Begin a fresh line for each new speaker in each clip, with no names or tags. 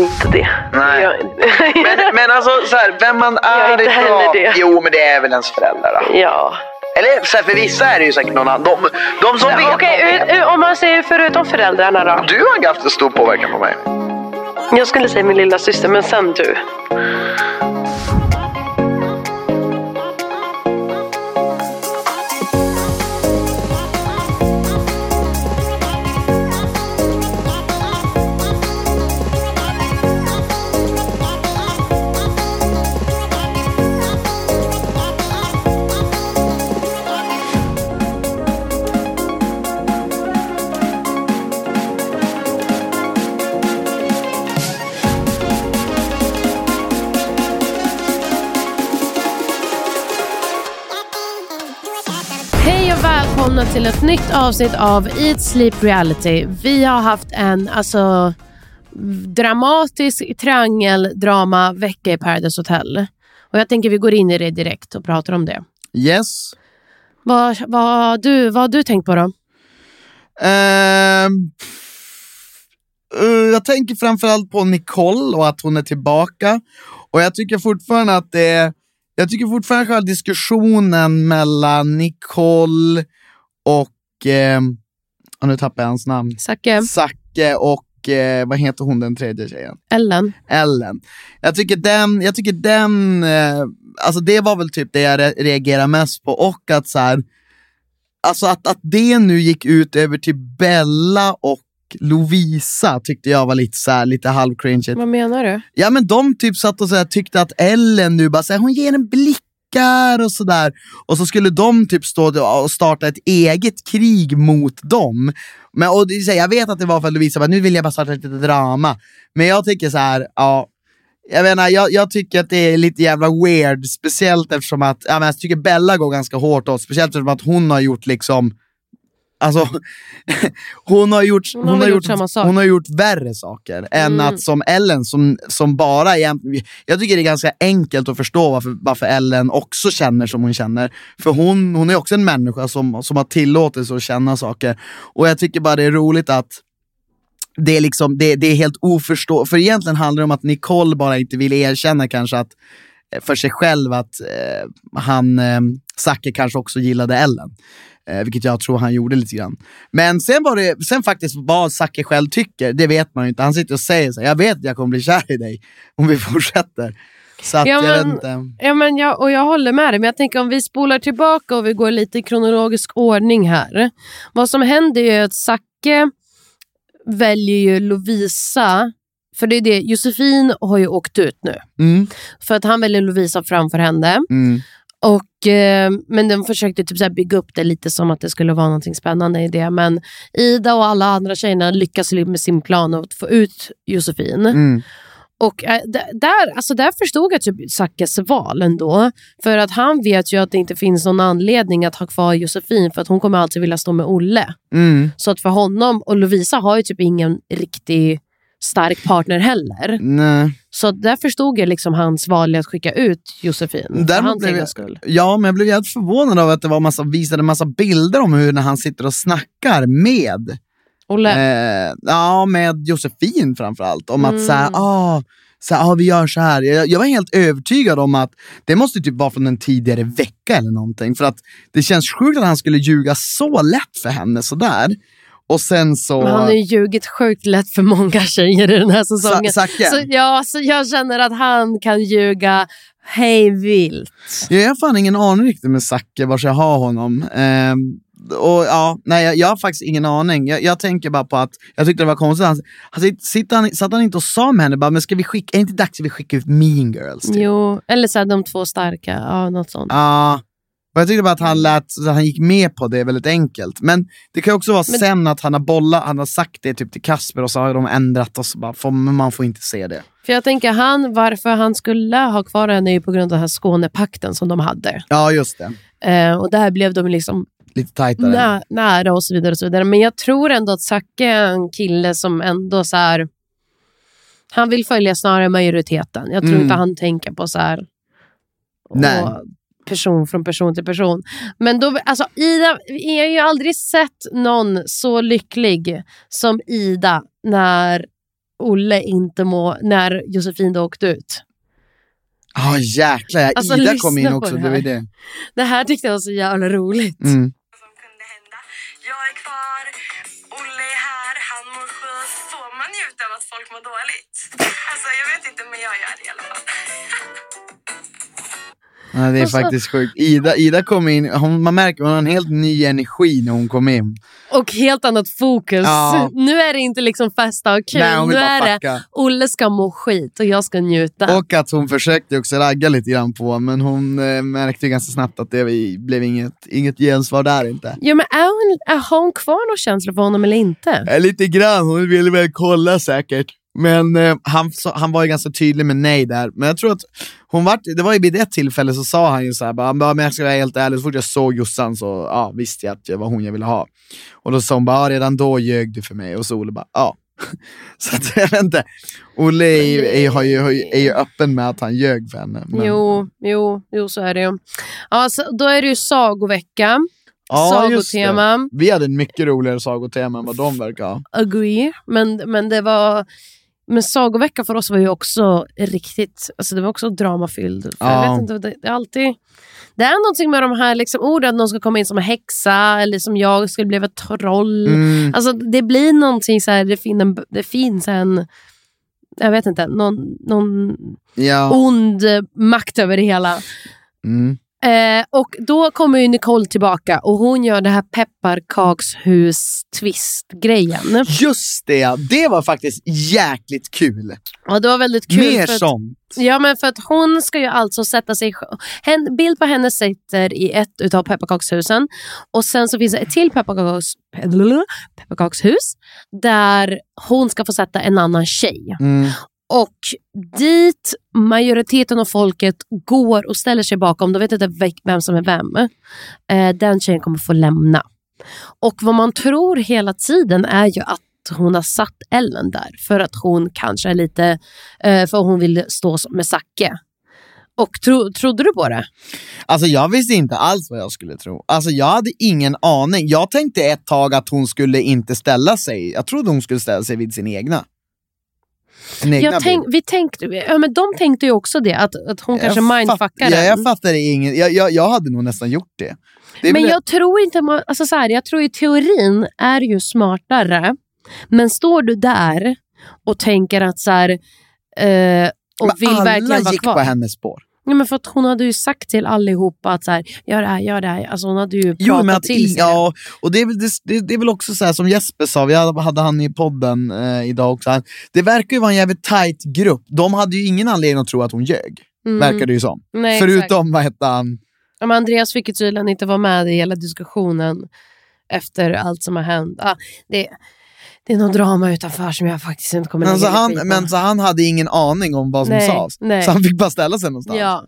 inte det.
Nej.
Jag,
Men, men alltså, så här, vem man
är
är
inte heller
ifrån.
det.
Jo, men det är väl ens föräldrar då.
ja.
Eller så här, för vissa är det ju säkert någon annan. De, de som vet.
Okej, ut- ut- om man säger förutom föräldrarna då.
Du har haft en stor påverkan på mig.
Jag skulle säga min lilla syster, men sen du.
Hej och välkomna till ett nytt avsnitt av Eat Sleep Reality. Vi har haft en alltså, dramatisk triangeldrama-vecka i Paradise Hotel. Och jag tänker vi går in i det direkt och pratar om det.
Yes.
Vad, vad, har du, vad har du tänkt på då?
Ehm, eh, jag tänker framförallt på Nicole och att hon är tillbaka. Och jag tycker fortfarande att det är, jag tycker fortfarande själva diskussionen mellan Nicole och, eh, nu tappar jag hans namn,
Zacke?
Zacke och eh, vad heter hon den tredje tjejen?
Ellen?
Ellen. Jag tycker den, jag tycker den eh, alltså det var väl typ det jag re- reagerar mest på och att så här, alltså att, att det nu gick ut över till Bella och Lovisa tyckte jag var lite så här, lite halvcringe.
Vad menar du?
Ja men de typ satt och så här, tyckte att Ellen nu bara så här, hon ger en blickar och sådär. Och så skulle de typ stå och starta ett eget krig mot dem. Men, och det, är så här, jag vet att det var för att Lovisa bara, nu vill jag bara starta ett litet drama. Men jag tycker så här, ja. Jag, menar, jag, jag tycker att det är lite jävla weird, speciellt eftersom att, ja, men jag tycker Bella går ganska hårt åt, speciellt eftersom att hon har gjort liksom, alltså, hon har gjort,
Hon har väl gjort samma sak. Mm.
hon har gjort värre saker än att som Ellen som, som bara egentligen, jag tycker det är ganska enkelt att förstå varför, varför Ellen också känner som hon känner. För hon, hon är också en människa som, som har tillåtelse att känna saker. Och jag tycker bara det är roligt att det är, liksom, det, det är helt oförstå... För egentligen handlar det om att Nicole bara inte vill erkänna kanske att eh, för sig själv att eh, han, eh, Zacke kanske också gillade Ellen. Eh, vilket jag tror han gjorde lite grann. Men sen var det, sen faktiskt vad Zacke själv tycker, det vet man ju inte. Han sitter och säger så här, jag vet att jag kommer bli kär i dig om vi fortsätter. Så att
Ja,
jag
men-
vet inte.
Ja, men jag, och jag håller med dig, men jag tänker om vi spolar tillbaka och vi går lite i kronologisk ordning här. Vad som händer är ju att Zacke väljer ju Lovisa, för det är det, Josefin har ju åkt ut nu.
Mm,
För att han väljer Lovisa framför henne.
mm,
Och, eh, men de försökte typ så här bygga upp det lite som att det skulle vara någonting spännande i det. Men Ida och alla andra tjejerna lyckas ju med sin plan att få ut Josefin.
mm.
Och eh, d- där, alltså där förstod jag typ Zackes val ändå. För att han vet ju att det inte finns någon anledning att ha kvar Josefin för att hon kommer alltid vilja stå med Olle.
Mm.
Så att för honom, och Lovisa har ju typ ingen riktig stark partner heller.
Nej.
Så att där förstod jag liksom hans val i att skicka ut Josefin. för
Däremot
hans
blev
egen
jag-
skull.
Ja, men jag blev jävligt förvånad av att det var massa, visade en massa bilder om hur när han sitter och snackar med
Olle.
Eh, ja, med Josefin framförallt. Om att
Mm.
så här, ah, så här, ah, vi gör så här. Jag, jag var helt övertygad om att det måste typ vara från en tidigare vecka eller någonting. För att det känns sjukt att han skulle ljuga så lätt för henne sådär. Och sen så...
Men han har ju ljugit sjukt lätt för många tjejer i den här säsongen.
Sa- Zacke?
så, ja, så jag känner att han kan ljuga hej vilt.
Jag har fan ingen aning riktigt med Zacke, var jag har honom. Ehm, och ja, nej, jag, jag har faktiskt ingen aning. Jag, jag tänker bara på att jag tyckte det var konstigt. Han, han, sit- sitter han, satt han inte och sa med henne, bara, men ska vi skicka, är det inte dags att vi skickar ut mean girls? Typ?
Jo, eller så här, de två starka, ja, något sånt.
Ja. Och jag tyckte bara att
Mm.
han, lät, så att han gick med på det väldigt enkelt. Men det kan ju också vara
Men-
sen att han har bollat, han har sagt det typ till Kasper och så har de ändrat och så bara, får, men man får inte se det.
För jag tänker han, varför han skulle ha kvar henne är ju på grund av den här Skånepakten som de hade.
Ja, just det.
Eh, och där blev de liksom
Lite tajtare.
nä, nära och så vidare. och så vidare. Men jag tror ändå att Zacke är en kille som ändå så här... Han vill följa snarare majoriteten. Jag tror
Mm.
inte han tänker på så här...
Nej.
och person från person till person. Men då, alltså Ida, jag har ju aldrig sett någon så lycklig som Ida när Olle inte må, när Josefin då åkte ut.
Ja, jäklar. ja.
Alltså,
Ida
lyssna
kom in
på
också.
det
Det, var ju
här.
det.
Det här tyckte jag var så jävla roligt.
Mm.
Jag är kvar, Olle är här, han mår skit. Får man njuta av att folk mår dåligt? Alltså jag vet inte men jag gör det i alla fall.
Ja, det är
Och så-
faktiskt sjukt. Ida, Ida kom in, hon, man märker hon har en helt ny energi när hon kom in.
Och helt annat fokus.
Ja.
Nu är det inte liksom festa och kul.
Nej, hon
nu
vill
är
bara
det
fucka.
Olle ska må skit och jag ska njuta.
Och att hon försökte också ragga lite grann på, men hon eh, märkte ju ganska snabbt att det vi- blev inget, inget gensvar där inte.
Ja, men är hon, är, har hon kvar någon känsla för honom eller inte?
Eh, lite grann, hon ville väl kolla säkert. Men eh, han, sa- han var ju ganska tydlig med nej där. Men jag tror att hon vart, det var ju vid ett tillfälle så sa han ju så här, bara, "Ja, men jag ska vara helt ärlig, så fort jag såg Jossan så ja, visste jag att det var hon jag ville ha. Och då sa hon bara, "Ja, redan då ljög du för mig. Och så Olle bara, ja. Så att, jag vet inte. Olle är ju, är, ju, har ju, har ju, är ju öppen med att han ljög för henne. Men,
Jo, jo, jo, så är det ju. Ja, så, då är det ju sagovecka.
Ja, just det.
sagotema.
Vi hade en mycket roligare sagotema än vad de verkar ha.
Agree. Men, men det var... Men sagovecka för oss var ju också riktigt... Alltså det var också dramafylld. För
Ja.
Jag vet inte, vad det, det är alltid... Det är någonting med de här liksom, orden, att någon ska komma in som en häxa eller som jag skulle bli ett troll.
Mm.
Alltså det blir någonting så här, det, fin en, det finns en... Jag vet inte, någon, någon
Ja.
ond makt över det hela.
Mm.
Eh, och då kommer ju Nicole tillbaka och hon gör det här pepparkakshus-twist-grejen.
Just det, ja. det var faktiskt jäkligt kul.
Ja, det var väldigt kul.
Mer
för att,
sånt.
Ja, men för att hon ska ju alltså sätta sig... En bild på henne sitter i ett utav pepparkakshusen. Och sen så finns det ett till pepparkaks, pepparkakshus där hon ska få sätta en annan tjej.
Mm.
Och dit majoriteten av folket går och ställer sig bakom, de vet inte ve- vem som är vem, eh, den tjejen kommer få lämna. Och vad man tror hela tiden är ju att hon har satt Ellen där för att hon kanske är lite, eh, för hon vill stå som- med Zacke. Och tro, trodde du på det?
Alltså jag visste inte alls vad jag skulle tro. Alltså jag hade ingen aning. Jag tänkte ett tag att hon skulle inte ställa sig. Jag trodde hon skulle ställa sig vid sin egna. Sin egna
Jag tänk,
bild.
vi tänkte, ja, men de tänkte ju också det, att, att hon kanske
Jag fatt-
mindfuckar
ja,
den.
jag fattar ingen. Jag, jag, jag hade nog nästan gjort det. det är
Men
väl-
jag tror inte man, alltså så här, jag tror i teorin är det ju smartare. Men står du där och tänker att så här, eh, och
Men
vill
alla
verkligen vara
gick
kvar.
på hennes spår.
Ja, men för att hon hade ju sagt till allihopa att så här, gör det här, gör det här. Alltså hon hade ju
Jo,
pratat
men att,
till
i,
sig.
ja, och det är, väl, det, det, det är väl också så här som Jesper sa, vi hade, hade han i podden eh, idag också. Han, det verkar ju vara en jävligt tight grupp. De hade ju ingen anledning att tro att hon ljög,
Mm.
verkar det ju som.
Nej, exakt.
Förutom, vad hette han?
Ja, men Andreas fick ju tydligen inte vara med i hela diskussionen efter allt som har hänt. Ah, det, det är något drama utanför som jag faktiskt inte kommer
Men så
lägga
han,
energi på.
men så han hade ingen aning om vad som
Nej,
sades.
nej.
Så han fick bara ställa sig någonstans.
Ja,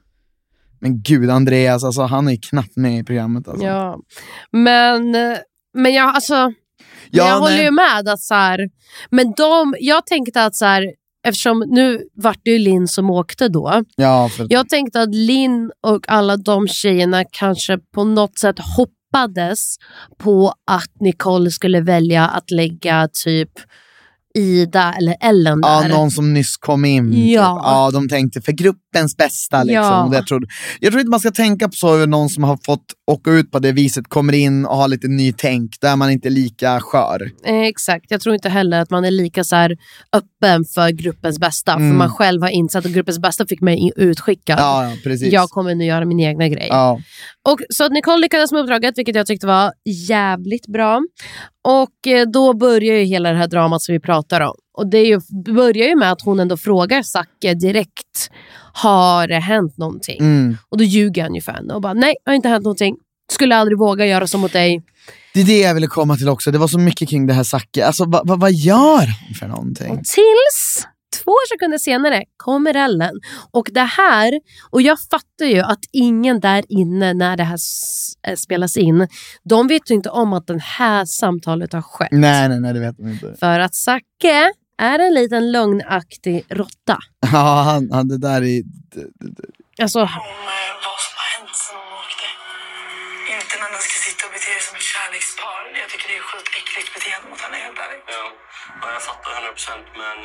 Men gud, Andreas, alltså, han är ju knappt med i programmet. Alltså.
ja. Men, eh, men jag, alltså,
Ja,
men jag
nej.
håller ju med att så här, men de, jag tänkte att så här, eftersom nu vart det ju Linn som åkte då.
Ja, för,
Jag tänkte att Linn och alla de tjejerna kanske på något sätt hoppades på att Nicole skulle välja att lägga typ Ida eller Ellen
Ja,
där.
någon som nyss kom in.
Ja.
Typ. ja de tänkte för gruppens bästa. Liksom.
Ja.
Och Jag, tror, jag tror inte man ska tänka på så över någon som har fått åka ut på det viset, kommer in och har lite nytänk. Där är man inte lika skör.
Eh, exakt, jag tror inte heller att man är lika så här öppen för gruppens bästa. För
Mm.
man själv har insett att gruppens bästa fick mig in- utskickad.
Ja, ja precis.
jag kommer nu göra min egna grej.
ja.
Och, så att Nicole lyckades med uppdraget, vilket jag tyckte var jävligt bra. Och eh, då börjar ju hela det här dramat som vi pratar om. Och det är ju, börjar ju med att hon ändå frågar Zacke direkt, har det hänt någonting?
Mm.
Och då ljuger han ju för henne och bara, nej, det har inte hänt någonting. Skulle aldrig våga göra så mot dig.
Det är det jag ville komma till också. Det var så mycket kring det här Zacke. Alltså, va, va, vad gör han för någonting?
Och tills två sekunder senare kommer Ellen. Och det här, och jag fattar ju att ingen där inne när det här s- eh, spelas in, de vet ju inte om att det här samtalet har skett.
Nej, nej, nej, det vet man inte.
För att Zacke är en liten lögnaktig råtta.
Ja, han, han, det där är... det- det- det-
Alltså,
om eh, vad som har hänt sen hon åkte. Inte när ni ska sitta och bete er som ett kärlekspar. Jag tycker det är skitäckligt beteende mot henne, helt ärligt.
Ja, ja, jag fattar 100 procent, men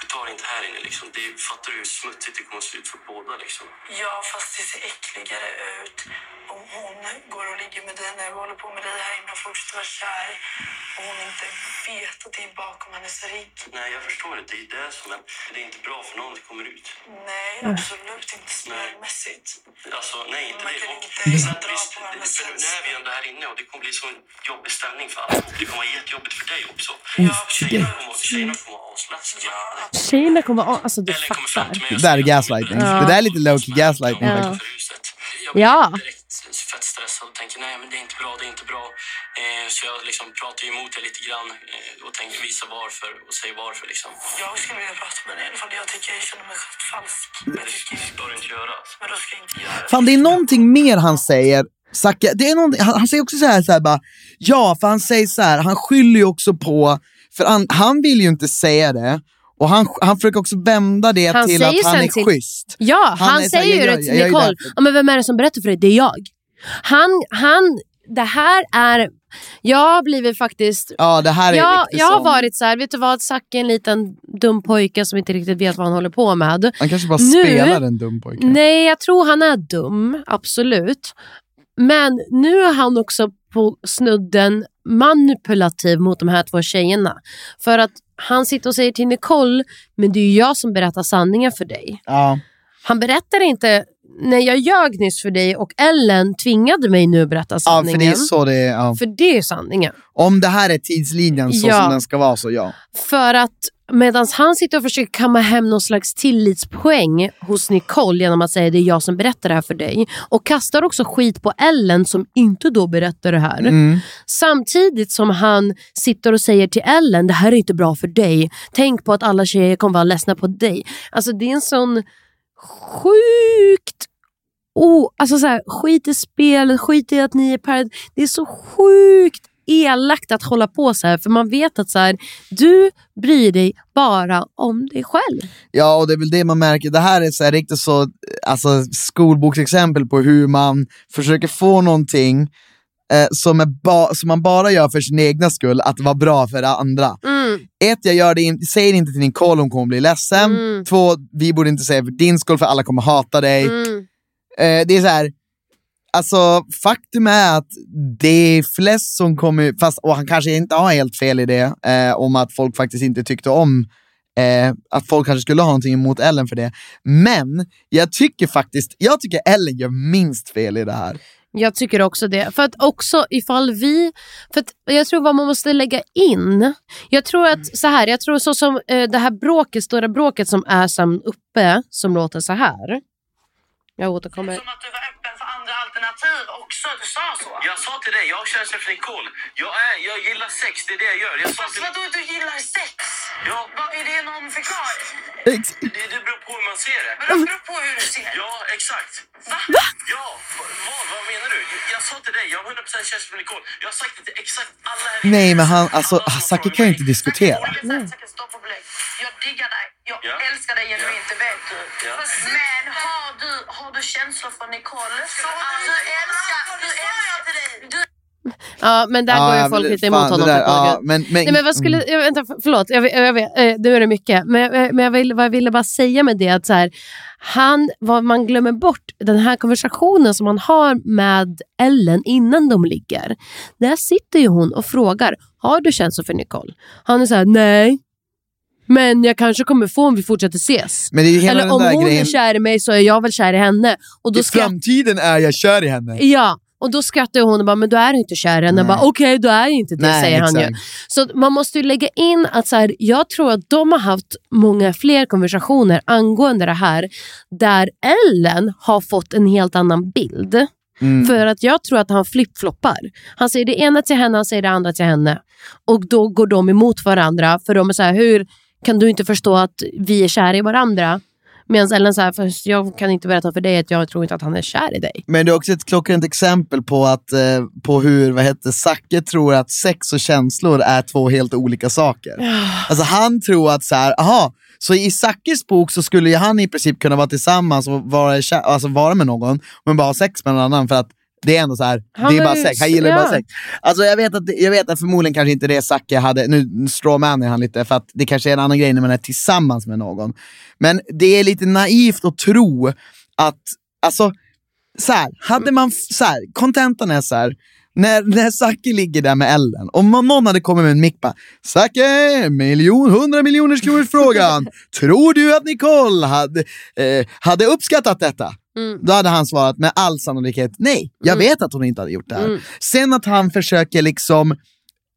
vi tar det inte här inne. Liksom. Det, är- fattar du hur smutsigt det kommer att se ut för båda? Liksom.
Ja, fast det ser äckligare ut om hon går och ligger med dig när vi håller på med dig här inne och fortsätter vara kär och hon inte vet att det är bakom hennes rygg.
Nej, jag förstår det. Det är det som är... Det är inte bra för någon. Det kommer ut.
Nej, absolut inte smörmässigt.
Alltså, nej, inte
Man
det.
kan
Och-
inte
och sen
dra
visst,
på varandra
för nu är vi ändå här inne och det kommer bli så en jobbig stämning för alla. Det kommer vara jättejobbigt för dig också. Tjejerna kommer, tjejerna kommer vara asledsna.
tjejerna kommer vara... Alltså du
Eller kommer fram till mig
fattar.
Det där är gaslighting.
Ja.
Det där är lite low-key gaslighting.
Ja.
faktiskt.
för huset. Jag blev
Ja.
direkt fett stressad och tänkte nej men det är inte bra, det är inte bra. Eh, så jag liksom pratar ju emot det lite grann eh, och tänkte visa varför och säg varför liksom.
Jag skulle vilja prata med dig i alla fall. Jag tycker jag känner mig falsk. Jag tycker...
Det bör du inte göra.
Men då ska jag inte göra det.
Fan, det är någonting mer han säger. Zacke, det är någonting, han, han säger också så här, så här bara, ja, för han säger så här, han skyller ju också på, för han, han vill ju inte säga det, och han, han försöker också vända det
Han
till
säger
att han
sen
är
till-
schysst.
Ja, han,
Han är så här,
säger ju
jag
det
gör-
till
jag gör ju
Nicole.
det.
Ja, men vem är det som berättar för dig? Det är jag. Han, han, det här är... Jag har blivit faktiskt...
Ja, det här är
Jag,
riktigt
jag har
sån.
varit så här, vet du vad, Zacke är en liten dum pojke som inte riktigt vet vad han håller på med.
Han kanske bara
Nu-
spelar en dum pojke.
Nej, jag tror han är dum, absolut. Men nu är han också på snudden manipulativ mot de här två tjejerna. För att han sitter och säger till Nicole, men det är ju jag som berättar sanningen för dig.
Ja.
Han berättar inte, när jag ljög nyss för dig och Ellen tvingade mig nu att berätta
ja,
sanningen.
för det är så det är. Ja.
För det är sanningen.
Om det här är tidslinjen så
Ja.
som den ska vara, så ja.
För att medan han sitter och försöker kamma hem någon slags tillitspoäng hos Nicole genom att säga det är jag som berättar det här för dig och kastar också skit på Ellen som inte då berättar det här.
Mm.
Samtidigt som han sitter och säger till Ellen det här är inte bra för dig. Tänk på att alla tjejer kommer vara ledsna på dig. Alltså det är en sån sjukt oh, alltså så här, skit i spelet, skit i att ni är parad. Det är så sjukt elakt att hålla på så här för man vet att så här, du bryr dig bara om dig själv.
Ja, och det är väl det man märker. Det här är så här riktigt så, alltså, skolboksexempel på hur man försöker få någonting eh, som, är ba- som man bara gör för sin egna skull, att vara bra för andra. Ett, jag gör det in- säger inte till Nicole om hon kommer bli ledsen. Två, vi borde inte säga för din skull för alla kommer hata dig. Eh, det är så här, alltså faktum är att det är flest som kommer, fast, och han kanske inte har helt fel i det, eh, om att folk faktiskt inte tyckte om Eh, att folk kanske skulle ha någonting emot Ellen för det. Men jag tycker faktiskt, jag tycker Ellen gör minst fel i det här.
Jag tycker också det. För att också ifall vi... För att jag tror vad man måste lägga in. Jag tror att så här, jag tror så som eh, det här bråket, stora bråket som är sen uppe, som låter så här. Jag återkommer.
Som att du var öppen för andra alternativ också. Du sa så.
Jag sa till dig, jag har känslor för Nicole. Jag, är, jag gillar sex, det är det jag gör. Jag sa
Fast
till
vadå du gillar sex?
Ja.
Vad är det någon förklaring?
Ex-
det, det beror på hur man ser det.
Men det beror på hur du ser.
Ja, exakt.
Va?
Ja, vad, vad- vad menar du? Jag, jag sa till dig, jag har 100% känslor för Nicole. Jag har sagt det till exakt alla här inne.
Nej men han, alltså
Alla som har
Zacke
frågat
kan ju
mig.
inte diskutera.
Jag kan säkert stå på bläck. Jag diggar dig. Jag
Ja.
älskar dig genuint, det vet du.
Ja.
Fast- Men har du, har du känslor för Nicole? Alltså, du älskar... Du älskar... Du
Ja, men där
Ja,
går ju
men
folk
det-
lite
fan,
emot honom.
det där-
på tåget.
ja, men- men- Mm.
Nej, men vad skulle, jag, vänta, förlåt, jag, jag, vet, eh, nu är det mycket. Men, eh, men jag, vill, vad jag ville bara säga med det att så här, han, vad man glömmer bort, den här konversationen som han har med Ellen innan de ligger. Där sitter ju hon och frågar, har du känslor för Nicole? Han är så här, nej. Men jag kanske kommer få om vi fortsätter ses.
Men det är ju hela
Eller
den
om
där
hon är
grejen-
kär i mig så är jag väl kär i henne. Och då
I
skrattar
framtiden är jag kär i henne.
Ja, och då skrattar hon och bara, men du är inte kär i henne. Jag bara, Okej, du är inte det,
Nej,
säger han ju.
exakt.
Så att man måste ju lägga in att så här, jag tror att de har haft många fler konversationer angående det här, där Ellen har fått en helt annan bild.
Mm.
För att jag tror att han flippfloppar. Han säger det ena till henne, han säger det andra till henne. Och då går de emot varandra, för de är så här, hur kan du inte förstå att vi är kära i varandra? Medan Ellen säger, "Fast jag kan inte berätta för dig att jag tror inte att han är kär i dig.
Men det är också ett klockrent exempel på, att, eh, på hur vad heter, Zacke tror att sex och känslor är två helt olika saker. Alltså han tror att så här, aha, så i Zackes bok så skulle ju han i princip kunna vara tillsammans och vara, kä- alltså vara med någon, men bara ha sex med någon annan för att det är ändå så här,
Han
det är
var
bara
ju-
sex, han gillar
ja.
bara sex. Alltså jag vet, att, det- jag vet att förmodligen kanske inte det Zacke hade, nu stråmanar han lite för att det kanske är en annan grej när man är tillsammans med någon. Men det är lite naivt att tro att, alltså så här, hade man, f- så här, kontentan är så här, när, när Zacke ligger där med Ellen, om man- någon hade kommit med en mick bara, Zacke, miljon, hundra miljoners kronor frågan, tror du att Nicole hade, eh, hade uppskattat detta? Då hade han svarat med all sannolikhet nej, jag vet att hon inte hade gjort det här.
Mm.
Sen att han försöker liksom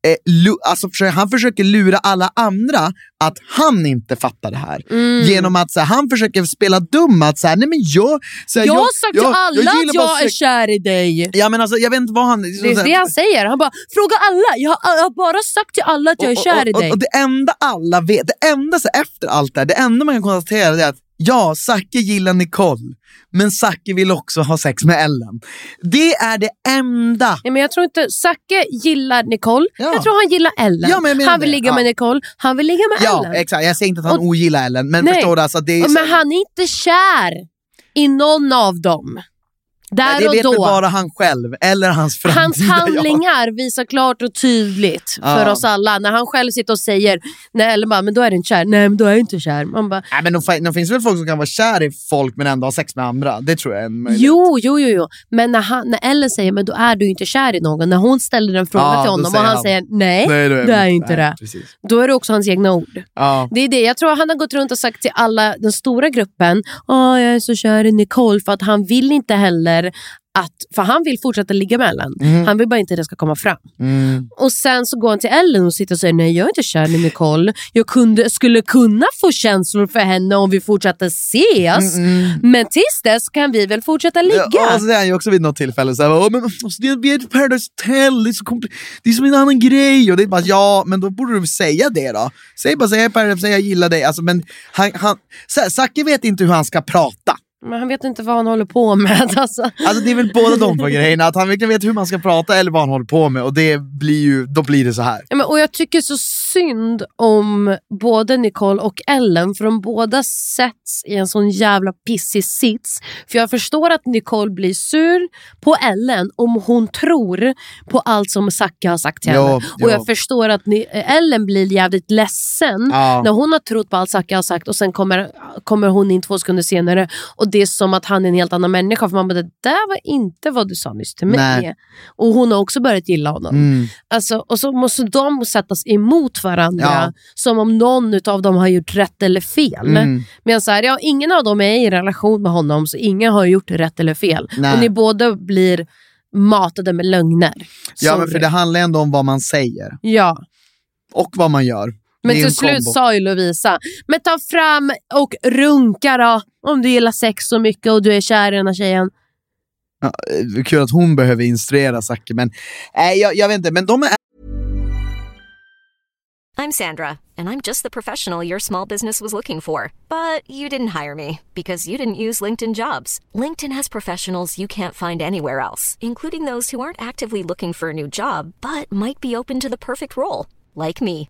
eh, lu- Alltså, försö- han försöker lura alla andra att han inte fattar det här.
Mm.
Genom att så här, han försöker spela dum, att så här, nej men Eh, jag... Så här,
Jag har sagt till alla
gillar
att jag
bara
är
sex-
kär i dig.
Ja men alltså jag vet inte vad han...
Det är det han säger. Han bara, fråga alla. Jag har, jag har bara sagt till alla att jag är kär i
och,
dig.
Och, och det enda alla vet, det enda så efter allt det här, det enda man kan konstatera det är att ja, Zacke gillar Nicole, men Zacke vill också ha sex med Ellen. Det är det enda.
Nej, men jag tror inte Zacke gillar Nicole. Jag tror han gillar Ellen.
Ja, men jag menar
han vill
det.
ligga
Ja.
med Nicole. Han vill ligga med
Ja,
Ellen.
exakt. Jag säger inte att han
Och-
ogillar Ellen, men
Nej.
förstår du? Alltså, det är
Och
så-
Men han är inte kär i någon av dem. Där
Nej, det
och
vet
då.
väl bara han själv, eller hans framtida
Hans
jag.
handlingar visar klart och tydligt
Ja.
för oss alla. När han själv sitter och säger, nej, Ellen bara, men då är du inte kär. Nej, men då är jag inte kär. Man bara,
Nej, men de, fin- de finns väl folk som kan vara kär i folk men ändå ha sex med andra. Det tror jag är en möjlighet.
Jo, jo, jo, jo. Men när, han, när Ellen säger men då är du inte kär i någon, när hon ställer den frågan
Ja,
till
då
honom och
säger
han
han,
säger nej,
"Nej, då är
du
jag
är
inte-
inte
nej,
det.
precis."
Då är det också hans egna ord.
Ja.
Det är det. Jag tror han har gått runt och sagt till alla, den stora gruppen, Åh, jag är så kär i Nicole för att han vill inte heller att, för han vill fortsätta ligga med Ellen.
Mm.
Han vill bara inte att det ska komma fram.
Mm.
Och sen så går han till Ellen och sitter och säger nej jag är inte kär i Nicole. Jag kunde, skulle kunna få känslor för henne om vi fortsatte ses. Men tills dess kan vi väl fortsätta ligga.
Mm, Ja, alltså och så säger han ju också vid något tillfälle så här, "Åh, men alltså, det är- vi är ett Paradise Hotel, det är, så kompl- det är som en annan grej. Och det är bara, ja, men då borde du säga det då. Säg bara, säg Paradise, säg jag gillar dig. Alltså, men han, han, så här, Zacke vet inte hur han ska prata.
Men han vet inte vad han håller på med. Alltså.
Alltså det är väl båda de två grejerna, att han verkligen vet hur man ska prata eller vad han håller på med och det blir ju, då blir det så här.
Ja, men, och Jag tycker så synd om både Nicole och Ellen för de båda sätts i en sån jävla pissig sits. För jag förstår att Nicole blir sur på Ellen om hon tror på allt som Zacke har sagt till
Ja,
henne.
ja.
Och jag förstår att ni, Ellen blir jävligt ledsen
Ja.
när hon har trott på allt Zacke har sagt och sen kommer, kommer hon in två sekunder senare och det är som att han är en helt annan människa. För man bara, det där var inte vad du sa nyss till mig.
Nej.
Och hon har också börjat gilla honom.
Mm.
Alltså, och så måste de sättas emot varandra
Ja.
som om någon av dem har gjort rätt eller fel.
Mm.
Men så här, ja, ingen av dem är i relation med honom så ingen har gjort rätt eller fel.
Nej.
Och ni båda blir matade med lögner.
Ja, men
Sorry.
för det handlar ändå om vad man säger
ja.
och vad man gör.
Men
Det är
till
en
slut
kombo.
sa ju Lovisa, men ta fram och runka då om du gillar sex så mycket och du är kär i den här tjejen.
Ja, eh, kul att hon behöver instruera Zacke, men nej, jag, jag vet inte. Men de är
I'm Sandra, and I'm just the professional your small business was looking for. But you didn't hire me because you didn't use LinkedIn jobs. LinkedIn has professionals you can't find anywhere else, including those who aren't actively looking for a new job but might be open to the perfect role, like me.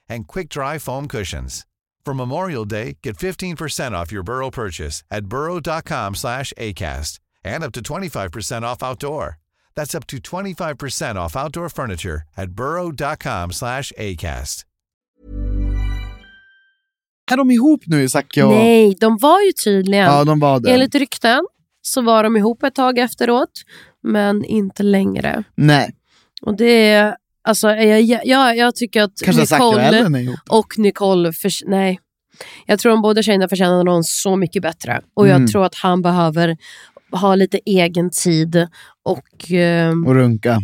and quick-dry foam cushions. For Memorial Day, get 15% off your Burrow purchase at burrow.com/acast and up to 25% off outdoor. That's up to 25% off outdoor furniture at burrow.com/acast.
Är de ihop nu, Zacke? Och...
Nej, de var ju tydligen.
Ja, de var det.
Enligt rykten så var de ihop ett tag efteråt, men inte längre.
Nej.
Och det är, alltså, jag, jag- jag, jag tycker att
Kanske Zacke och Ellen är
Nicole
ihop.
och Nicole, förs- nej. Jag tror de båda tjejerna förtjänar någon så mycket bättre. Och jag
Mm.
tror att han behöver ha lite egen tid och eh,
Och runka.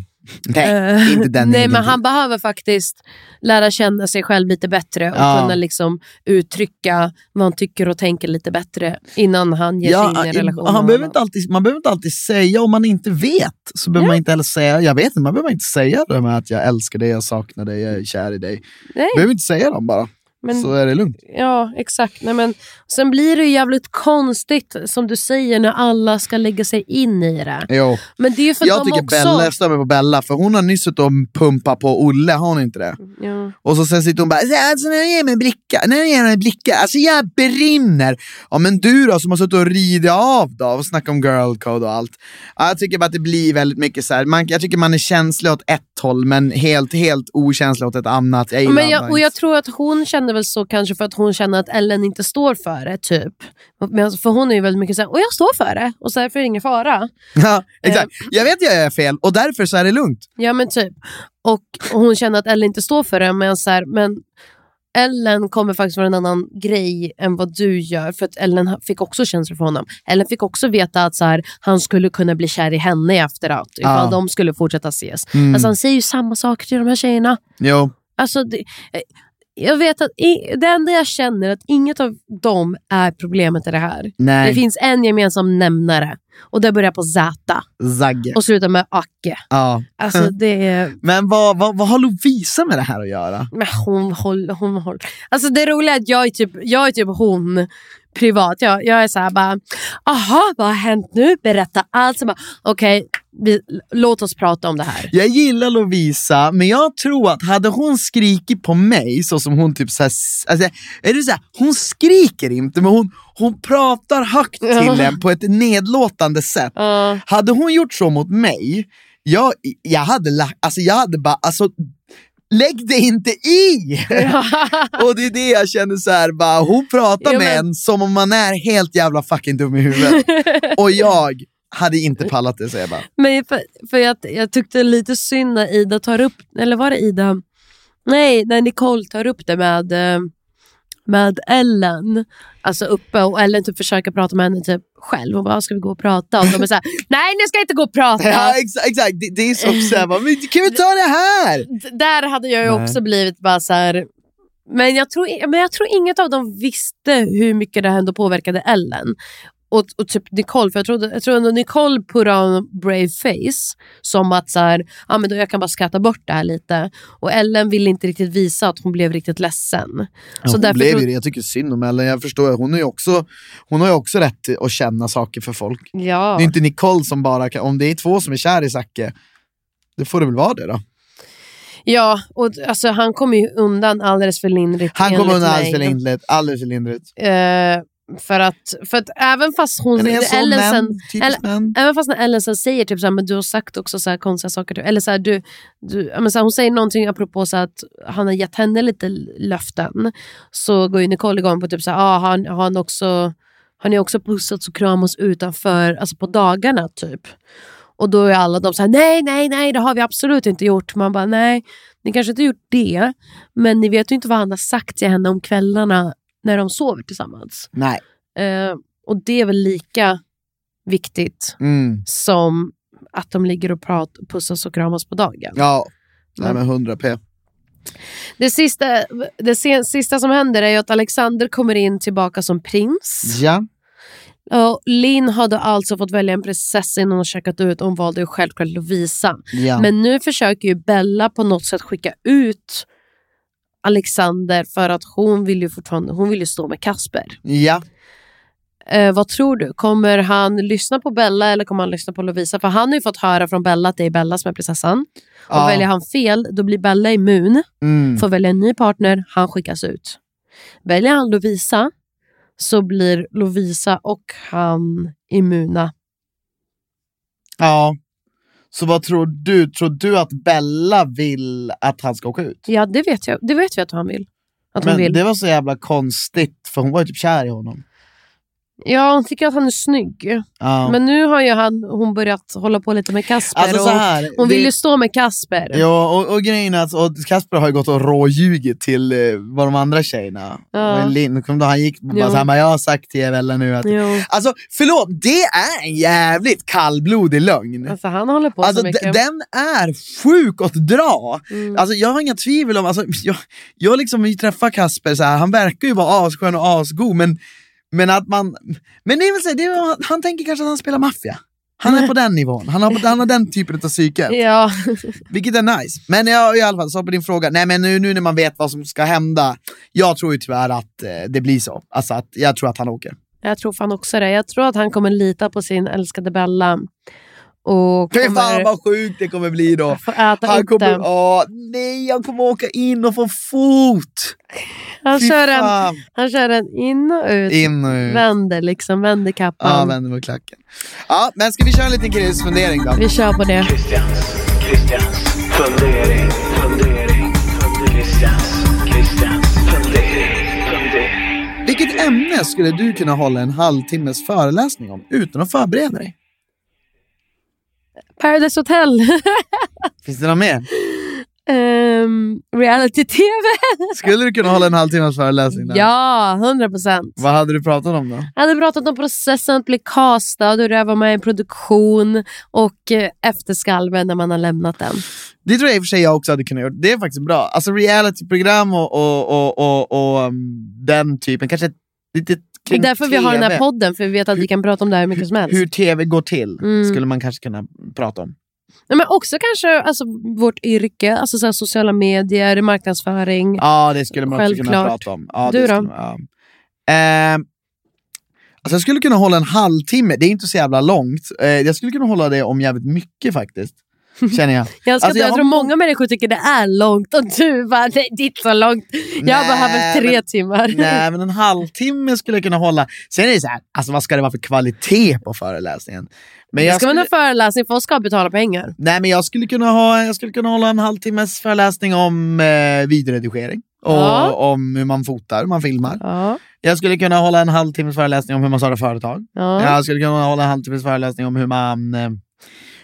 Nej,
Eh,
inte den
Nej,
egen
men
tid.
han behöver faktiskt lära känna sig själv lite bättre och
Ja.
kunna liksom uttrycka vad han tycker och tänker lite bättre innan han ger sig in i en relation. med
han
honom.
behöver inte alltid, man behöver inte alltid säga, om man inte vet så behöver man inte heller säga, jag vet inte, man behöver inte säga det med att jag älskar dig, jag saknar dig, jag är kär i dig.
Nej.
behöver inte säga dem bara,
Men-
så är det lugnt.
Ja, exakt. Nej, men, sen blir det ju jävligt konstigt, som du säger, när alla ska lägga sig in i det.
Jo.
Men det är ju för att
jag
de
tycker
också...
Bella, jag stämmer på Bella, för hon har nyss suttit och pumpat på Olle, har hon inte det?
Ja.
Och så sen sitter hon bara, alltså, när hon ger mig blickar, när hon ger mig blickar, alltså jag brinner. Ja men du då som har suttit och ridit av då och snackat om girl code och allt. Ja, jag tycker bara att det blir väldigt mycket så här, man, jag tycker man är känslig åt ett håll men helt, helt okänslig åt ett annat. Jag gillar
Men jag,
bara
och
inte.
jag tror att hon känner väl så kanske för att hon känner att Ellen inte står för det. typ. Men, alltså, för hon är ju väldigt mycket såhär, och jag står för det och så därför är det ingen fara.
Ja, exakt.
Eh,
Jag vet jag är fel och därför så är det lugnt.
Ja men typ. Och hon känner att Ellen inte står för det men, så här, men Ellen kommer faktiskt från en annan grej än vad du gör. För att Ellen ha- fick också känslor för honom. Ellen fick också veta att så här, han skulle kunna bli kär i henne efteråt. Ifall
Ja.
de skulle fortsätta ses.
Mm.
Alltså han säger ju samma saker till de här tjejerna.
Jo.
Alltså, det, eh, jag vet att i, det enda jag känner är att inget av dem är problemet i det här.
Nej.
Det finns en gemensam nämnare och det börjar på Z
Zagge.
och slutar med Acke.
Ja.
Alltså,
Mm.
det är...
Men vad, vad, vad har Lovisa med det här att göra?
Men hon håller, hon håller. Alltså det roliga är att jag är typ, jag är typ hon privat. Jag, jag är så här bara, aha vad har hänt nu? Berätta allt. Så bara, Okej, vi- låt oss prata om det här.
Jag gillar Lovisa, men jag tror att hade hon skrikit på mig så som hon typ såhär, alltså, är det så här, hon skriker inte men hon, hon pratar högt till
Ja.
en på ett nedlåtande sätt. Hade hon gjort så mot mig, jag, jag hade lagt, alltså jag hade bara, alltså Lägg dig inte i! och det är det jag känner så här, bara, hon pratar
Jo,
med
men-
en som om man är helt jävla fucking dum i huvudet. och jag hade inte pallat det säger jag bara.
Men för, för jag, jag tyckte lite synd när Ida tar upp, eller var det Ida? Nej, när Nicole tar upp det med, eh, med Ellen. Alltså uppe och Ellen typ försöker prata med henne typ själv. Hon bara, ska vi gå och prata? Och de är såhär, nej nu ska jag inte gå och prata.
Ja, exakt. exakt. Det, det är så såhär, bara, men kan vi ta det här?
D- där hade jag ju
Nej.
också blivit bara så här. Men jag, tror, i- men jag tror inget av dem visste hur mycket det här ändå påverkade Ellen. Och, och typ Nicole, för jag, trodde, jag tror ändå Nicole put on brave face. Som att så här, ah, men då jag kan bara skratta bort det här lite. Och Ellen ville inte riktigt visa att hon blev riktigt ledsen.
Ja, hon
därför
blev
tro-
ju det. Jag tycker synd om Ellen. Jag förstår, hon, är ju också, hon har ju också rätt till att känna saker för folk.
Ja.
Det är inte Nicole som bara kan... Om det är två som är kär i Zacke, det får det väl vara det då.
Ja, och alltså, han kom ju undan alldeles för lindrigt.
Han kommer
enligt
undan
mig.
alldeles för lindrigt. Alldeles för lindrigt.
Eh, för, att, för att även fast hon...
Men är så
Ellen
män,
sen-
typiskt
Ellen- Även fast när Ellen sen säger typ såhär, men du har sagt också så konstiga saker. till-" Eller så du, du, ja, men såhär, hon säger någonting apropå så att han har gett henne lite löften. Så går ju Nicole igång på typ såhär, ah, han, han också, har ni också pussats och kramats utanför, alltså på dagarna typ. Och då är alla de såhär, nej, nej, nej, det har vi absolut inte gjort. Man bara, nej, ni kanske inte gjort det, men ni vet ju inte vad han har sagt till henne om kvällarna när de sover tillsammans.
Nej.
Eh, och det är väl lika viktigt
Mm.
som att de ligger och pratar, pussas och kramas på dagen.
Ja. Nej, men 100 p.
Det, sista, det sen, sista som händer är ju att Alexander kommer in tillbaka som prins.
Ja.
Och Linn hade alltså fått välja en prinsessa innan hon checkat ut och hon valde ju självklart Lovisa.
Ja.
Men nu försöker ju Bella på något sätt skicka ut Alexander för att hon vill ju fortfarande hon vill ju stå med Kasper.
Ja.
Eh, vad tror du? Kommer han lyssna på Bella eller kommer han lyssna på Lovisa? För han har ju fått höra från Bella att det är Bella som är prinsessan. Och
Ja.
väljer han fel, då blir Bella immun.
Mm.
Får välja en ny partner, han skickas ut. Väljer han Lovisa, så blir Lovisa och han immuna.
Ja. Så vad tror du? Tror du att Bella vill att han ska åka ut?
Ja, det vet, jag. det vet vi att han vill. Att hon
Men
vill.
det var så jävla konstigt, för hon var ju typ kär i honom.
Ja, hon tycker att han är snygg.
Ja.
Men nu har ju han, hon börjat hålla på lite med Kasper.
Alltså, så
och
här,
hon vill
det-
ju stå med Kasper.
Ja, och, och grejen är att och Kasper har ju gått och råljugit till eh, vad de andra tjejerna.
Ja.
Men Linn, kommer du ihåg, han gick och
Jo.
bara så här, "Men jag har sagt till er Bella nu att...
Jo.
Alltså förlåt, det är en jävligt kallblodig lögn.
Alltså han håller på
Alltså,
så mycket. Mm.
d- den är sjuk att dra. Alltså, jag har inga tvivel om, alltså, jag, jag liksom träffar Kasper, så här, han verkar ju vara asskön och asgod, men, men att man... Men det är väl så, här, det är, han tänker kanske att han spelar maffia. Han är på den nivån, han har, han har den typen av psyket.
Ja.
Vilket är nice. Men jag, i alla fall, så på din fråga, nej men nu, nu när man vet vad som ska hända, jag tror ju tyvärr att eh, det blir så. Alltså att jag tror att han åker.
Jag tror fan också det. Jag tror att han kommer lita på sin älskade Bella. Och
Fy fan
kommer...
vad sjukt det kommer bli då.
äta
han
upp
kommer,
den.
åh, nej, han kommer åka in och få fot.
Han
Fy
kör, en,
fan.
han kör en in och ut.
In och ut.
Vänder liksom, vänder kappan.
Ja, vänder mot klacken. Ja, men ska vi köra en liten krisfundering då?
Vi kör på det.
Christians fundering, fundering, fundering. Christians, Christians fundering, fundering.
Vilket ämne skulle du kunna hålla en halvtimmes föreläsning om utan att förbereda dig?
Paradise Hotel.
Finns det något mer?
Ehm, Reality-tv.
Skulle du kunna hålla en halvtimmes föreläsning? Där?
Ja, 100 procent.
Vad hade du pratat om då?
Jag hade pratat om processen att bli castad och hur det var med i produktion och eh, efterskalven när man har lämnat den.
Det tror jag i och för sig jag också hade kunnat göra. Det är faktiskt bra. Alltså realityprogram och, och, och, och, och um, den typen. Kanske ett litet
Det är
kring
därför vi har den här
TV.
podden, för vi vet att vi kan prata om det här hur mycket som helst.
Hur tv går till
Mm.
skulle man kanske kunna prata om.
Nej, men också kanske alltså, vårt yrke, alltså, så här, sociala medier, marknadsföring.
Ja, det skulle man också kunna
Självklart.
prata om. Ja,
Du
det
då?
Skulle, ja. Ehm, alltså jag skulle kunna hålla en halvtimme, det är inte så jävla långt. Eh, jag skulle kunna hålla det om jävligt mycket faktiskt. Känner jag.
Jag, ska
Alltså,
jag,
har-
tror många människor tycker det är långt och du bara, nej det är inte så långt. Jag
Nej,
behöver tre
men-
timmar.
Nej, men en halvtimme skulle jag kunna hålla. Sen är det så här, alltså vad ska det vara för kvalitet på föreläsningen? Men
det
jag
ska
skulle,
vara en föreläsning, folk ska betala pengar.
nej, men jag skulle, kunna ha, jag skulle kunna hålla en halvtimmes föreläsning om eh, videoredigering. Och
Ja.
om hur man fotar, hur man filmar.
Ja.
Jag skulle kunna hålla en halvtimmes föreläsning om hur man startar företag.
Ja.
Jag skulle kunna hålla en halvtimmes föreläsning om hur man, eh,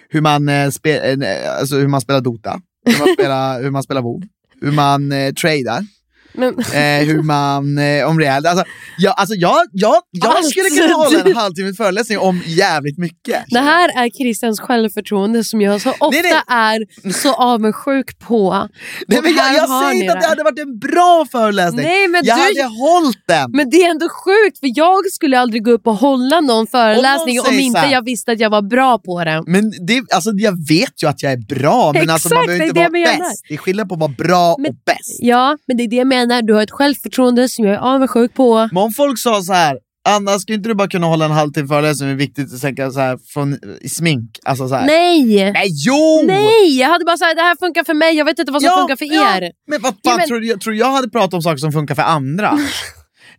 hur man, eh, spe, eh, nej, alltså hur man spelar Dota, hur man spelar, hur man spelar WoW, hur man eh, tradar.
Men,
Eh, hur man, eh, om reality. Alltså, jag, alltså, jag, jag, jag
Alltså,
skulle kunna hålla
du-
en halvtimmes föreläsning om jävligt mycket.
det här är Christians självförtroende som jag så ofta
Nej,
är så avundsjuk på.
Nej,
Och
men jag
här
jag
har
säger
ni
inte att det hade varit en bra föreläsning.
Nej, men
jag
du-
hade hållit den.
Men det är ändå sjukt för jag skulle aldrig gå upp och hålla någon föreläsning om,
säger så
inte
här-
jag visste att jag var bra på det.
Men det, alltså, jag vet ju att jag är bra, men alltså, man
Exakt,
behöver
det är
inte
det
vara
jag menar.
bäst. Det är skillnad på att vara bra och bäst.
Ja, men det är det jag menar. Du har ett självförtroende som jag är avundsjuk på.
Men om folk sa så här, Anna skulle inte du bara kunna hålla en halvtimme föreläsning om hur viktigt att tänka så här från i smink? Alltså så här.
Nej!
Nej, jo!
Nej, jag hade bara sagt det här funkar för mig, jag vet inte vad som funkar för er.
Ja, men vad fan, Tror, du, jag, tror du jag hade pratat om saker som funkar för andra?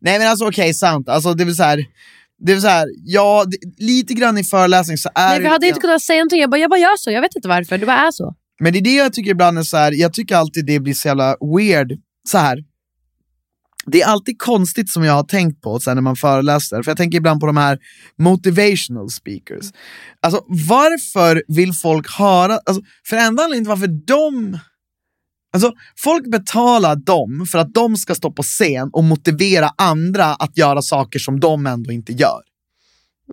Nej men alltså okej, sant. Alltså det är väl så här, det är väl så här ja, det, lite grann i föreläsning så är
Nej, vi
det
hade
lite
inte kunnat säga någonting, jag bara, jag bara gör så, jag vet inte varför, det bara är så.
Men det är det jag tycker ibland är så här, jag tycker alltid det blir så jävla weird. Så här. Det är alltid konstigt som jag har tänkt på så här, när man föreläser, för jag tänker ibland på de här motivational speakers. Alltså varför vill folk höra, alltså, för enda anledningen till varför de Alltså, folk betalar dem för att de ska stå på scen och motivera andra att göra saker som de ändå inte gör.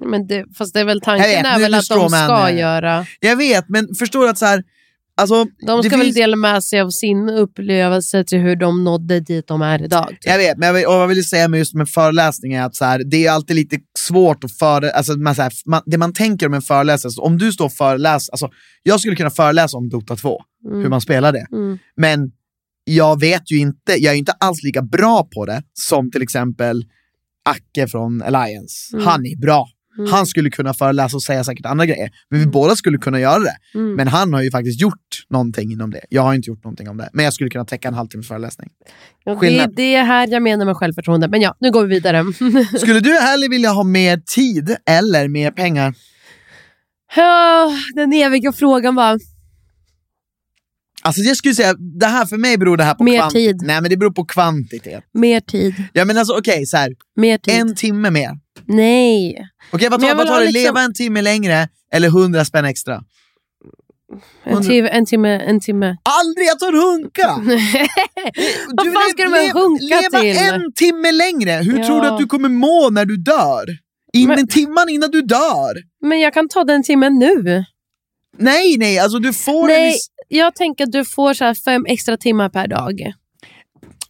Men det, fast det är väl
Jag
tanken
vet,
är
nu-
väl
nu
att de
strålman
ska
är-
göra.
Jag vet, men förstår du att så här, Alltså,
De
det
ska väl
finns-
dela med sig av sin upplevelse till hur de nådde dit de är idag.
Typ.
Jag vet, men jag vill, och jag vill säga med just med föreläsningar är att så här, det är alltid lite svårt att före, alltså, man, så här, man, det man tänker om en föreläsare, så om du står och föreläser, alltså, jag skulle kunna föreläsa om Dota 2,
Mm.
hur man spelar det.
Mm.
Men jag vet ju inte, jag är ju inte alls lika bra på det som till exempel Acke från Alliance.
Mm.
Han är bra.
Mm.
Han skulle kunna föreläsa och säga säkert andra grejer. Men vi båda skulle kunna göra det.
Mm.
Men han har ju faktiskt gjort någonting inom det. Jag har inte gjort någonting om det. Men jag skulle kunna täcka en halvtimmes föreläsning.
Och det är
Skillnad.
det här jag menar med självförtroende. Men ja, nu går vi vidare.
Skulle du hellre vilja ha mer tid eller mer pengar?
Ah, Den eviga frågan var,
Alltså jag skulle säga, det här för mig beror det här på
Mer
kvanti-
tid.
Nej men det beror på kvantitet.
mer tid.
Ja men alltså okej, så här.
Mer tid.
En timme mer.
Nej.
Okej
Men
vad tar,
jag
vad
vill
tar
ha
det?
liksom-
Leva en timme längre eller hundra spänn extra?
En timme, en timme. En timme.
Aldrig att hon hunkar!
Vad fan ska de här hunka
leva
till?
en timme längre, hur
Ja.
tror du att du kommer må när du dör? In,
Men-
timman innan du dör!
Men jag kan ta den timmen nu.
Nej, nej, alltså du får... en
Nej,
viss-
jag tänker att du får så här fem extra timmar per dag.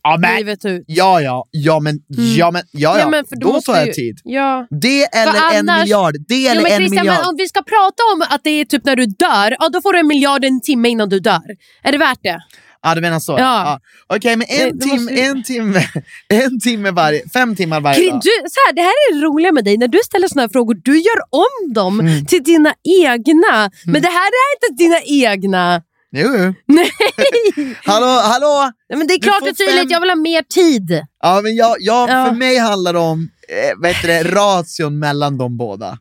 Ja, men,
Livet ut.
Ja, ja, ja men, ja, men, ja, ja.
Ja, Mm. men för då
då,
måste
tar jag
ju-
tid.
Ja.
Det eller
För
en
annars-
miljard. Det
Jo,
eller
men
en
Christian,
miljard.
Men om vi ska prata om att det är typ när du dör, ja, då får du en miljard en timme innan du dör. Är det värt det?
Ja, du menar så.
Ja.
Ja. Ja. Okej, men en,
Det- det
tim,
måste ju-
en timme, en timme varje, fem timmar varje
Kring,
dag.
du, så här, det här är det roliga med dig, när du ställer såna här frågor, du gör om dem
Mm.
till dina egna. Men det här är inte dina egna.
Jo, jo.
Nej.
Hallå, hallå!
Ja, Men det är
Du
klart
får
och tydligt,
fem-
jag vill ha mer tid.
Ja, men jag, jag,
Ja.
För mig handlar det om eh, vad heter det, ration mellan de båda.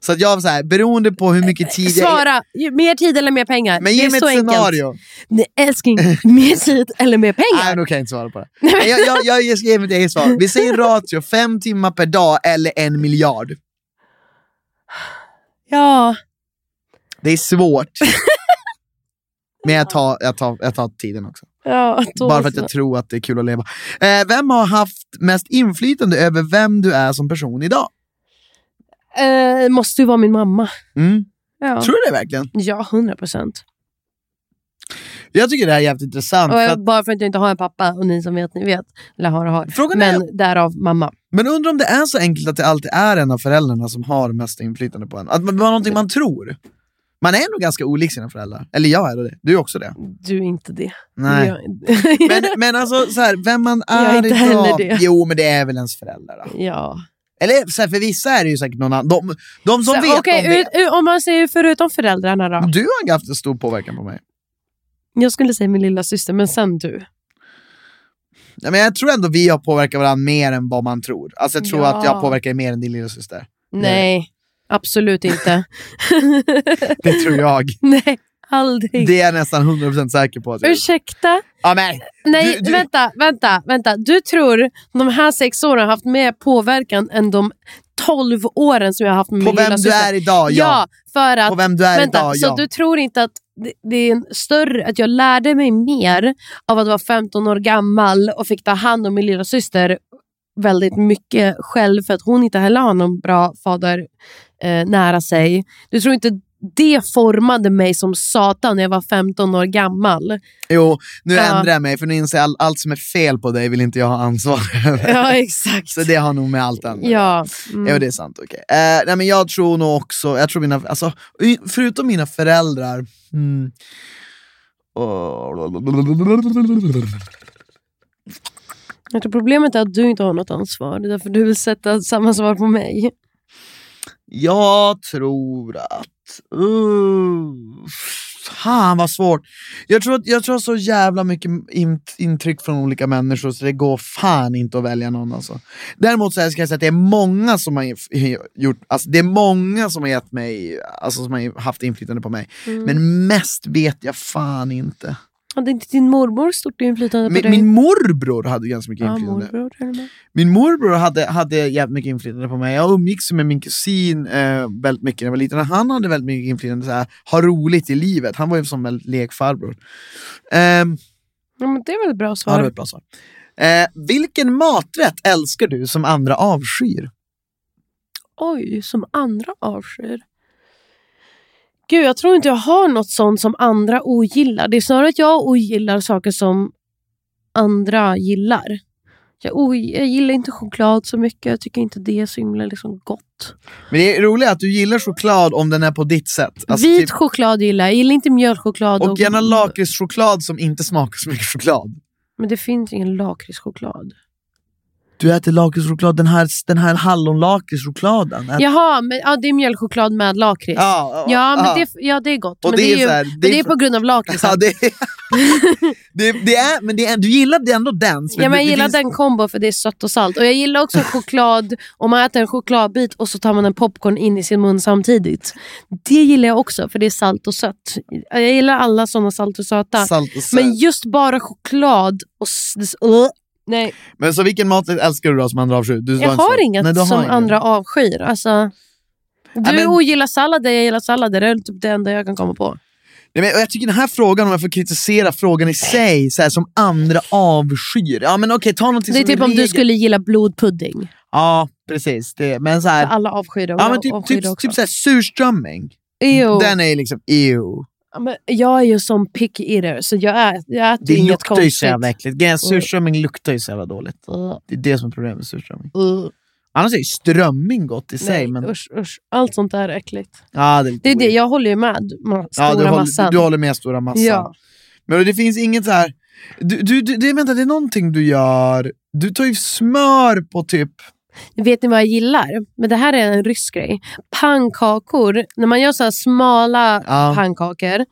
Så att jag, så här, beroende på hur mycket tid jag...
Svara, ju- mer tid eller mer pengar?
Men
det
ge
är
mig
så
ett
enkelt.
scenario.
Nej, älskling, mer tid eller mer pengar?
Nej, då kan jag inte svara på det. Men jag, jag, jag, jag ger mitt eget svar. Vi säger ratio, fem timmar per dag eller en miljard.
Ja.
Det är svårt. Men jag tar, jag tar, jag tar tiden också.
ja då
Bara för att
så.
jag tror att det är kul att leva. Eh, vem har haft mest inflytande över vem du är som person idag?
Eh, måste ju vara min mamma.
Mm.
Ja.
Tror du det verkligen?
Ja, hundra procent.
Jag tycker det här är jävligt intressant.
Och
för
jag-
att,
Bara för att jag inte har en pappa och ni som vet, ni vet. Eller har, har.
Frågan är-
Men därav mamma.
men undrar om det är så enkelt att det alltid är en av föräldrarna som har mest inflytande på en. Att det var någonting man tror. Man är nog ganska olik sina föräldrar. Eller jag är det. Du är också det.
Du är inte det.
Nej.
Jag,
Men, men alltså, så här, vem man
Jag
är,
är inte heller
idag.
det.
Jo, men det är väl ens föräldrar. då.
ja.
Eller så här, för vissa är det ju säkert någon annan. De, de som
Så,
vet,
okej,
de vet.
ut, ut, om man säger förutom föräldrarna då.
Du har haft en stor påverkan på mig.
Jag skulle säga min lilla syster, men sen du.
Ja, men jag tror ändå vi har påverkat varandra mer än vad man tror. Alltså jag tror
Ja.
att jag påverkar mer än din lilla syster.
Nej, absolut inte.
Det tror jag.
Nej, aldrig.
Det är jag nästan 100% säker på. Att jag...
Ursäkta?
ja, men,
Nej,
Du- du-
vänta, vänta, vänta. Du tror de här sex åren har haft mer påverkan än de tolv åren som jag har haft med
På
min
vem
lilla
du
syster.
är idag, ja.
för att,
På vem du är
vänta,
idag,
Så
ja.
du tror inte att det, det är en större, att jag lärde mig mer av att vara 15 år gammal och fick ta hand om min lilla syster väldigt mycket själv för att hon inte heller har någon bra fader eh, nära sig. Du tror inte det formade mig som satan när jag var 15 år gammal?
Jo, nu
Ja.
ändrar jag mig för nu inser jag all, allt som är fel på dig vill inte jag ha ansvar över.
Ja, exakt.
Så det har nog med allt annat att
Ja.
göra. Jo, det är sant. okej. Eh, nej, men jag tror nog också, jag tror mina, alltså, i- förutom mina föräldrar, mm, åh,
Jag tror problemet är att du inte har något ansvar. Det är därför du vill sätta samma svar på mig.
Jag tror att... Uh, fan vad svårt. Jag tror att jag tror så jävla mycket in, intryck från olika människor så det går fan inte att välja någon. Alltså. Däremot så här ska jag säga att det är många som har inf- gjort, alltså det är många som har gett mig, alltså som har haft inflytande på mig.
Mm.
Men mest vet jag fan inte.
Hade inte din mormor stort inflytande på
Min,
dig?
min morbror hade ganska mycket
ja,
inflytande.
morbror. är det med.
Min morbror hade, hade jävligt mycket inflytande på mig. Jag umgicks med min kusin eh, väldigt mycket när jag var liten. Han hade väldigt mycket inflytande. Så här, ha roligt i livet. Han var ju som en lekfarbror. Ehm,
Ja, men det är väl ett bra svar.
ja, det var ett bra svar. Eh, vilken maträtt älskar du som andra avskyr?
Oj, som andra avskyr. Gud, jag tror inte jag har något sånt som andra ogillar. Det är snarare att jag ogillar saker som andra gillar. Jag, og- jag gillar inte choklad så mycket. Jag tycker inte det är så himla liksom gott.
Men det är roligt att du gillar choklad om den är på ditt sätt. Alltså,
Vit
typ-
choklad gillar jag. Jag gillar inte mjölkchoklad.
och gärna lakritschoklad som inte smakar så mycket choklad.
Men det finns ingen lakritschoklad.
Du äter lakritschoklad, den här, den här hallonlakritschokladen. Ät-
Jaha, men, ja, det är mjölkchoklad med lakrits.
Ja,
ja, men
ja.
det, ja, det är gott.
Och
men
det
det
är
är, ju,
så här, det
men
är
det är
för-
på grund av lakritsen.
Ja, det, det, det är, men det är, du gillade ändå den.
Ja, men jag
det,
gillar
det finns-
den kombon för det är sött och salt. Och jag gillar också choklad, om man äter en chokladbit och så tar man en popcorn in i sin mun samtidigt. Det gillar jag också för det är salt och sött. Jag gillar alla såna salt och söta.
Salt och sött.
Men just bara choklad och... s- s- uh, nej,
Men så vilken mat älskar du då som andra avskyr? Du sa
jag
inte så.
har inget
Nej, du har
som
inget.
andra avskyr. Alltså, du
men-
ogillar sallader, jag gillar sallader. Det är typ det enda jag kan komma på.
Nej, men jag tycker den här frågan, om jag får kritisera frågan i sig, så här, som andra avskyr. Ja, men okej, ta någonting
Det är
som
typ om du
regel-
skulle gilla blodpudding.
Ja, precis. Det, men så här,
Alla avskyr det. och
ja,
jag
men typ,
avskyr
typ,
det också.
typ så här, surströmming.
Ew.
Den är ju liksom, ew.
Ja, men jag är ju som picky eater, så jag, är, jag äter
Det
inget
luktar ju
konstigt.
så jävla äckligt. Grejen är att
Och-
Surströmming luktar ju så jävla dåligt.
Ja.
Det är det som är problemet med surströmming.
Uh.
Annars är ju strömming gott i sig.
Nej,
Men,
usch, usch. Allt sånt där är äckligt.
ja, det är lite
Det är det,
weird.
jag håller ju med ma- stora
ja, du,
massan.
håller, du håller med stora massan.
Ja.
Men det finns inget så här... Du, du, du, det, vänta, det är någonting du gör. Du tar ju smör på typ...
Vet ni vad jag gillar? Men Det här är en rysk grej. Pannkakor, när man gör så här smala
Ja.
pannkakor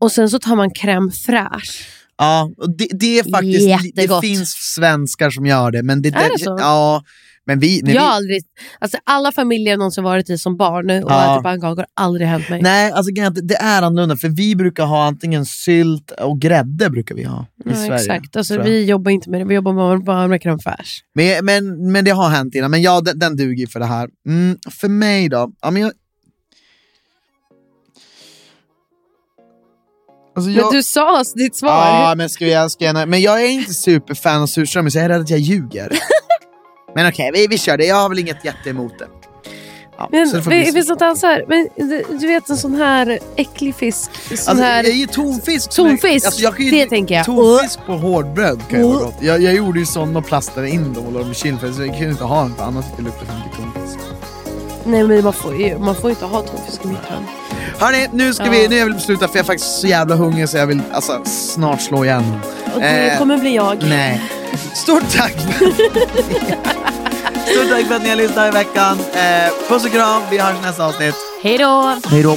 och sen så tar man crème fraîche.
Ja, och det, det är faktiskt...
Jättegott.
Det finns svenskar som gör det. Men det,
Är det så?
Ja, men vi... när
Jag har
vi
aldrig, alltså alla familjer jag någonsin varit i som barn och
Ja.
ätit pannkakor har aldrig hänt mig.
Nej, alltså grejen är att det är annorlunda. För vi brukar ha antingen sylt och grädde brukar vi ha i
Ja,
Sverige.
exakt, alltså,
tror jag.
vi jobbar inte med det, vi jobbar bara- bara med crème fraîche.
Men, men, men det har hänt innan. Men ja, den, den duger för det här. Mm, för mig då? Ja, men jag... Alltså,
Men du sa oss ditt svar.
Ja, men ska jag, ska jag, men jag är inte superfan av surströmming så jag är rädd att jag ljuger. men okej, vi, vi kör det. Jag har väl inget jätte emot det. Ja,
Men
så det får bli
vi-
så.
finns något annat så här? Men, du- du vet en sån här äcklig fisk? Sån
Alltså,
här...
Jag är ju tonfisk.
Tonfisk,
Alltså, jag kan ju-
det tänker jag.
Tonfisk på hårdbröd kan ju vara gott. Jag, jag gjorde ju sådana och plastade in dem och la dem i kylen för jag kunde inte ha dem för annars skulle det lukta för mycket tonfisk.
Nej men man får ju man får ju inte ha tonfisk i mitt hem.
Hörni, nu ska
Ja.
vi, nu är jag väl sluta för jag är faktiskt så jävla hungrig så jag vill alltså, snart slå igen. Eh,
Och det kommer bli jag.
Nej. Stort tack! för- Stort tack för att ni har lyssnat i veckan. Eh, puss och kram, vi hörs nästa avsnitt.
Hej då!
Hej då!